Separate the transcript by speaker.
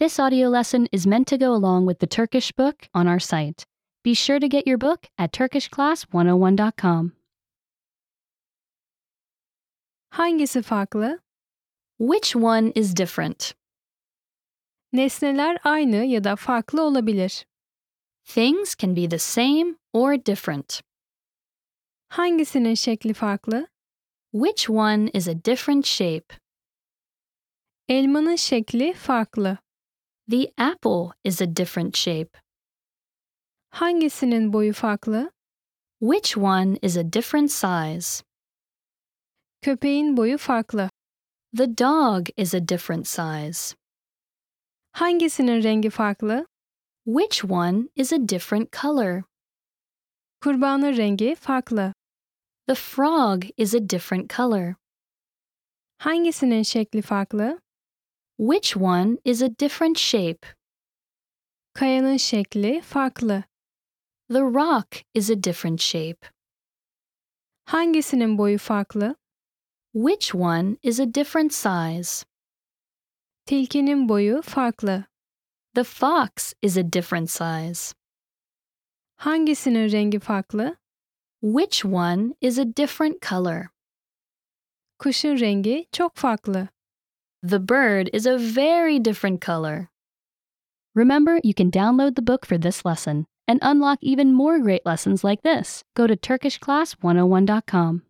Speaker 1: This audio lesson is meant to go along with the Turkish book on our site. Be sure to get your book at turkishclass101.com.
Speaker 2: Hangisi farklı?
Speaker 1: Which one is different?
Speaker 2: Nesneler aynı ya da farklı olabilir.
Speaker 1: Things can be the same or different.
Speaker 2: Hangisinin şekli farklı?
Speaker 1: Which one is a different shape?
Speaker 2: Elmanın şekli farklı.
Speaker 1: The apple is a different shape.
Speaker 2: Hangisinin boyu farklı?
Speaker 1: Which one is a different size?
Speaker 2: Köpeğin boyu farklı.
Speaker 1: The dog is a different size.
Speaker 2: Hangisinin rengi farklı?
Speaker 1: Which one is a different color?
Speaker 2: Kurbanın rengi farklı.
Speaker 1: The frog is a different color.
Speaker 2: Hangisinin şekli farklı?
Speaker 1: Which one is a different shape?
Speaker 2: Kayanın şekli farklı.
Speaker 1: The rock is a different shape.
Speaker 2: Hangisinin boyu farklı?
Speaker 1: Which one is a different size?
Speaker 2: Tilkinin boyu farklı.
Speaker 1: The fox is a different size.
Speaker 2: Hangisinin rengi farklı?
Speaker 1: Which one is a different color?
Speaker 2: Kuşun rengi çok farklı.
Speaker 1: The bird is a very different color. Remember, you can download the book for this oh lesson and unlock even more great lessons like this. Go to TurkishClass101.com.